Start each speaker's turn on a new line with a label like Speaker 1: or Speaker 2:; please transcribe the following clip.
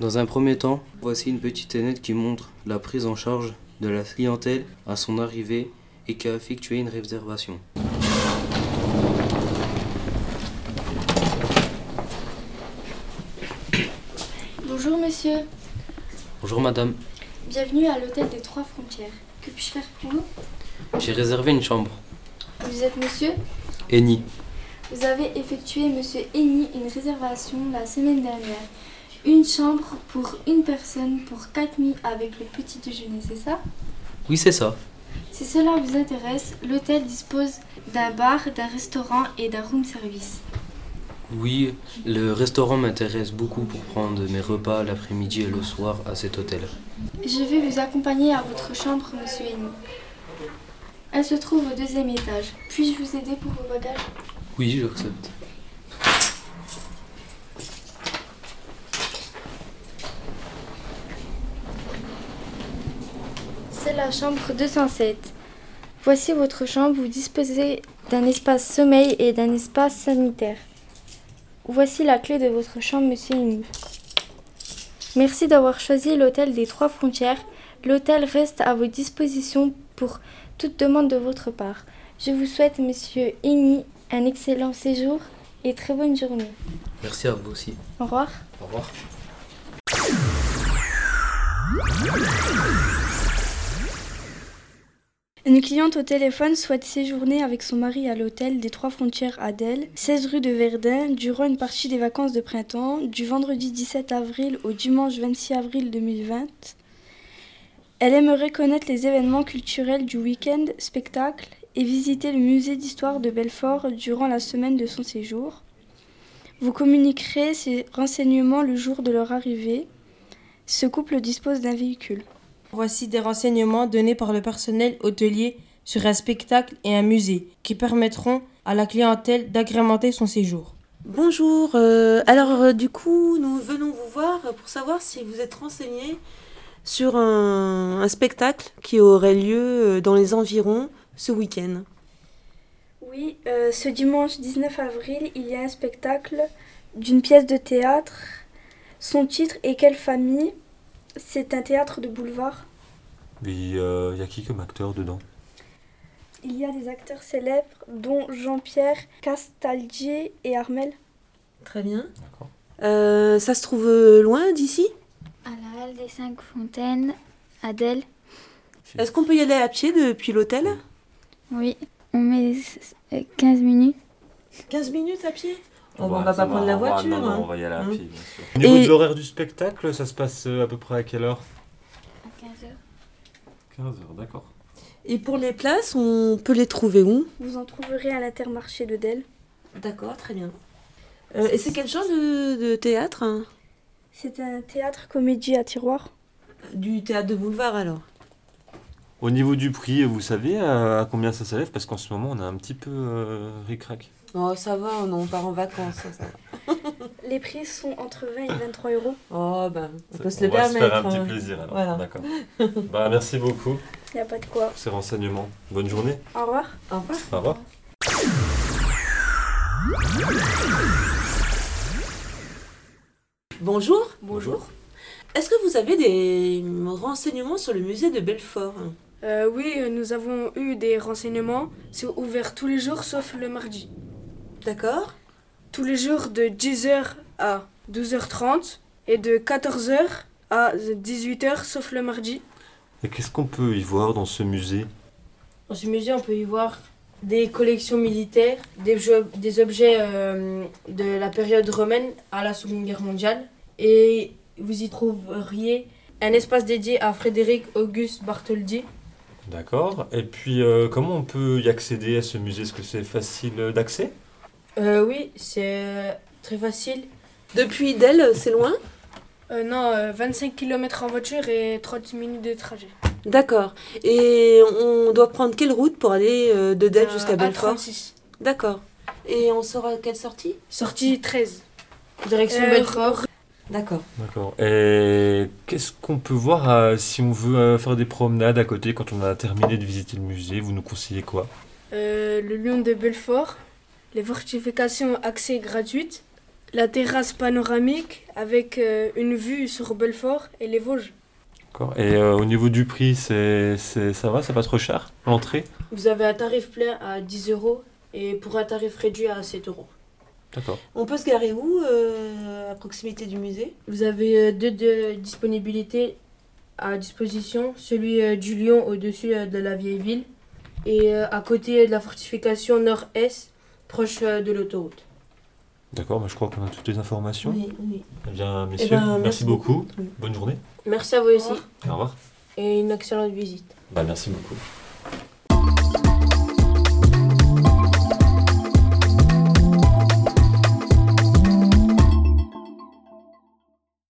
Speaker 1: Dans un premier temps, voici une petite énette qui montre la prise en charge de la clientèle à son arrivée et qui a effectué une réservation.
Speaker 2: Bonjour monsieur,
Speaker 1: Bonjour madame,
Speaker 2: bienvenue à l'hôtel des Trois Frontières. Que puis-je faire pour vous
Speaker 1: j'ai réservé une chambre.
Speaker 2: Vous êtes monsieur
Speaker 1: Eni,
Speaker 2: Vous avez effectué monsieur Eni une réservation la semaine dernière. Une chambre pour une personne pour 4 nuits avec le petit déjeuner, c'est ça
Speaker 1: oui c'est ça.
Speaker 2: Si cela vous intéresse, l'hôtel dispose d'un bar, d'un restaurant et d'un room service.
Speaker 1: Oui, le restaurant m'intéresse beaucoup pour prendre mes repas l'après-midi et le soir à cet hôtel.
Speaker 2: Je vais vous accompagner à votre chambre, monsieur Eni. Elle se trouve au deuxième étage. Puis-je vous aider pour vos bagages
Speaker 1: Oui, j'accepte.
Speaker 2: C'est la chambre 207. Voici votre chambre. Vous disposez d'un espace sommeil et d'un espace sanitaire. Voici la clé de votre chambre, monsieur Inu. Merci d'avoir choisi l'hôtel des Trois Frontières. L'hôtel reste à vos dispositions pour toute demande de votre part. Je vous souhaite, monsieur Eni, un excellent séjour et très bonne journée.
Speaker 1: Merci à vous aussi.
Speaker 2: Au revoir.
Speaker 1: Au revoir.
Speaker 3: Une cliente au téléphone souhaite séjourner avec son mari à l'hôtel des Trois Frontières Adèle, 16 rue de Verdun, durant une partie des vacances de printemps, du vendredi 17 avril au dimanche 26 avril 2020. Elle aimerait connaître les événements culturels du week-end, spectacles, et visiter le musée d'histoire de Belfort durant la semaine de son séjour. Vous communiquerez ces renseignements le jour de leur arrivée. Ce couple dispose d'un véhicule.
Speaker 4: Voici des renseignements donnés par le personnel hôtelier sur un spectacle et un musée qui permettront à la clientèle d'agrémenter son séjour.
Speaker 5: Bonjour, euh, alors euh, du coup nous venons vous voir pour savoir si vous êtes renseigné sur un, un spectacle qui aurait lieu euh, dans les environs ce week-end.
Speaker 3: Oui, euh, ce dimanche 19 avril, il y a un spectacle d'une pièce de théâtre. Son titre est Quelle famille C'est un théâtre de boulevard.
Speaker 6: Il Euh, y a qui comme acteur dedans
Speaker 3: Il y a des acteurs célèbres dont Jean-Pierre Castaldi et Armel.
Speaker 5: Très bien. Euh, ça se trouve euh, loin d'ici
Speaker 7: À la Halle des Cinq Fontaines, Adèle,
Speaker 5: Est-ce qu'on peut y aller à pied depuis l'hôtel
Speaker 7: oui, on met s- euh, 15 minutes.
Speaker 5: 15 minutes à pied Oh, bah, on va pas prendre la voiture,
Speaker 6: Non, non,
Speaker 5: hein.
Speaker 6: on va y aller à
Speaker 5: Hein.
Speaker 6: pied, bien sûr.
Speaker 8: Au niveau
Speaker 5: Et-
Speaker 8: de l'horaire du spectacle, ça se passe euh, à peu près à quelle heure
Speaker 7: À 15 heures.
Speaker 6: 15h, d'accord.
Speaker 5: Et pour les places, on peut les trouver où
Speaker 3: Vous en trouverez à l'intermarché de Dell.
Speaker 5: D'accord, très bien. Euh, et c'est quel genre de, de théâtre hein
Speaker 3: C'est un théâtre comédie à tiroir.
Speaker 5: Du théâtre de boulevard alors
Speaker 6: Au niveau du prix, vous savez à, à combien ça s'élève Parce qu'en ce moment, on a un petit peu euh, ric-rac.
Speaker 5: Oh, ça va, on, on part en vacances. ça, ça va.
Speaker 3: Les prix sont entre 20 et 23 euros.
Speaker 5: Oh, ben, on peut se le
Speaker 6: On va
Speaker 5: permettre.
Speaker 6: se faire un
Speaker 5: hein.
Speaker 6: petit plaisir. alors.
Speaker 5: Voilà.
Speaker 6: D'accord. bah, merci beaucoup
Speaker 3: Il n'y a pas de quoi.
Speaker 6: pour ces renseignements. Bonne journée.
Speaker 3: Au revoir.
Speaker 5: Au revoir.
Speaker 6: Au revoir.
Speaker 5: Bonjour.
Speaker 6: Bonjour.
Speaker 5: Est-ce que vous avez des renseignements sur le musée de Belfort
Speaker 9: Euh, oui, euh, nous avons eu des renseignements. C'est ouvert tous les jours sauf le mardi.
Speaker 5: D'accord.
Speaker 9: Tous les jours de 10h à 12h30 et de 14h à 18h sauf le mardi.
Speaker 6: Et qu'est-ce qu'on peut y voir dans ce musée
Speaker 10: Dans ce musée, on peut y voir des collections militaires, des, jeux- des objets euh, de la période romaine à la Seconde Guerre mondiale. Et vous y trouveriez un espace dédié à Frédéric Auguste Bartholdi.
Speaker 6: D'accord. Et puis, euh, comment on peut y accéder à ce musée Est-ce que c'est facile euh, d'accès
Speaker 10: Euh, oui, c'est euh, très facile.
Speaker 5: Depuis Dell, c'est loin
Speaker 9: Euh, non, euh, 25 km en voiture et 30 minutes de trajet.
Speaker 5: D'accord. Et on doit prendre quelle route pour aller euh, de Dell
Speaker 9: Euh,
Speaker 5: jusqu'à Belfort
Speaker 9: A36.
Speaker 5: D'accord. Et on saura quelle sortie
Speaker 9: Sortie 13.
Speaker 10: Direction
Speaker 9: Euh,
Speaker 10: Belfort.
Speaker 5: D'accord.
Speaker 6: D'accord. Et qu'est-ce qu'on peut voir euh, si on veut euh, faire des promenades à côté quand on a terminé de visiter le musée Vous nous conseillez quoi
Speaker 9: Euh, le lion de Belfort. Les fortifications accès gratuites. la terrasse panoramique avec euh, une vue sur Belfort et les Vosges.
Speaker 6: D'accord. Et euh, au niveau du prix, c'est, c'est- ça va, c'est pas trop cher L'entrée
Speaker 10: Vous avez un tarif plein à 10 euros et pour un tarif réduit à 7 euros.
Speaker 6: D'accord.
Speaker 5: On peut se garer où euh, à proximité du musée
Speaker 10: Vous avez euh, deux, deux disponibilités à disposition, celui euh, du Lion au-dessus euh, de la vieille ville et euh, à côté de la fortification nord-est proche euh, de l'autoroute.
Speaker 6: D'accord, bah, je crois qu'on a toutes les informations.
Speaker 5: Oui, oui.
Speaker 6: Eh bien, messieurs,
Speaker 10: ben,
Speaker 6: merci,
Speaker 10: merci
Speaker 6: beaucoup.
Speaker 10: beaucoup.
Speaker 6: Bonne journée.
Speaker 10: Merci à vous aussi
Speaker 6: Au revoir.
Speaker 10: et une excellente visite.
Speaker 6: Bah, merci beaucoup.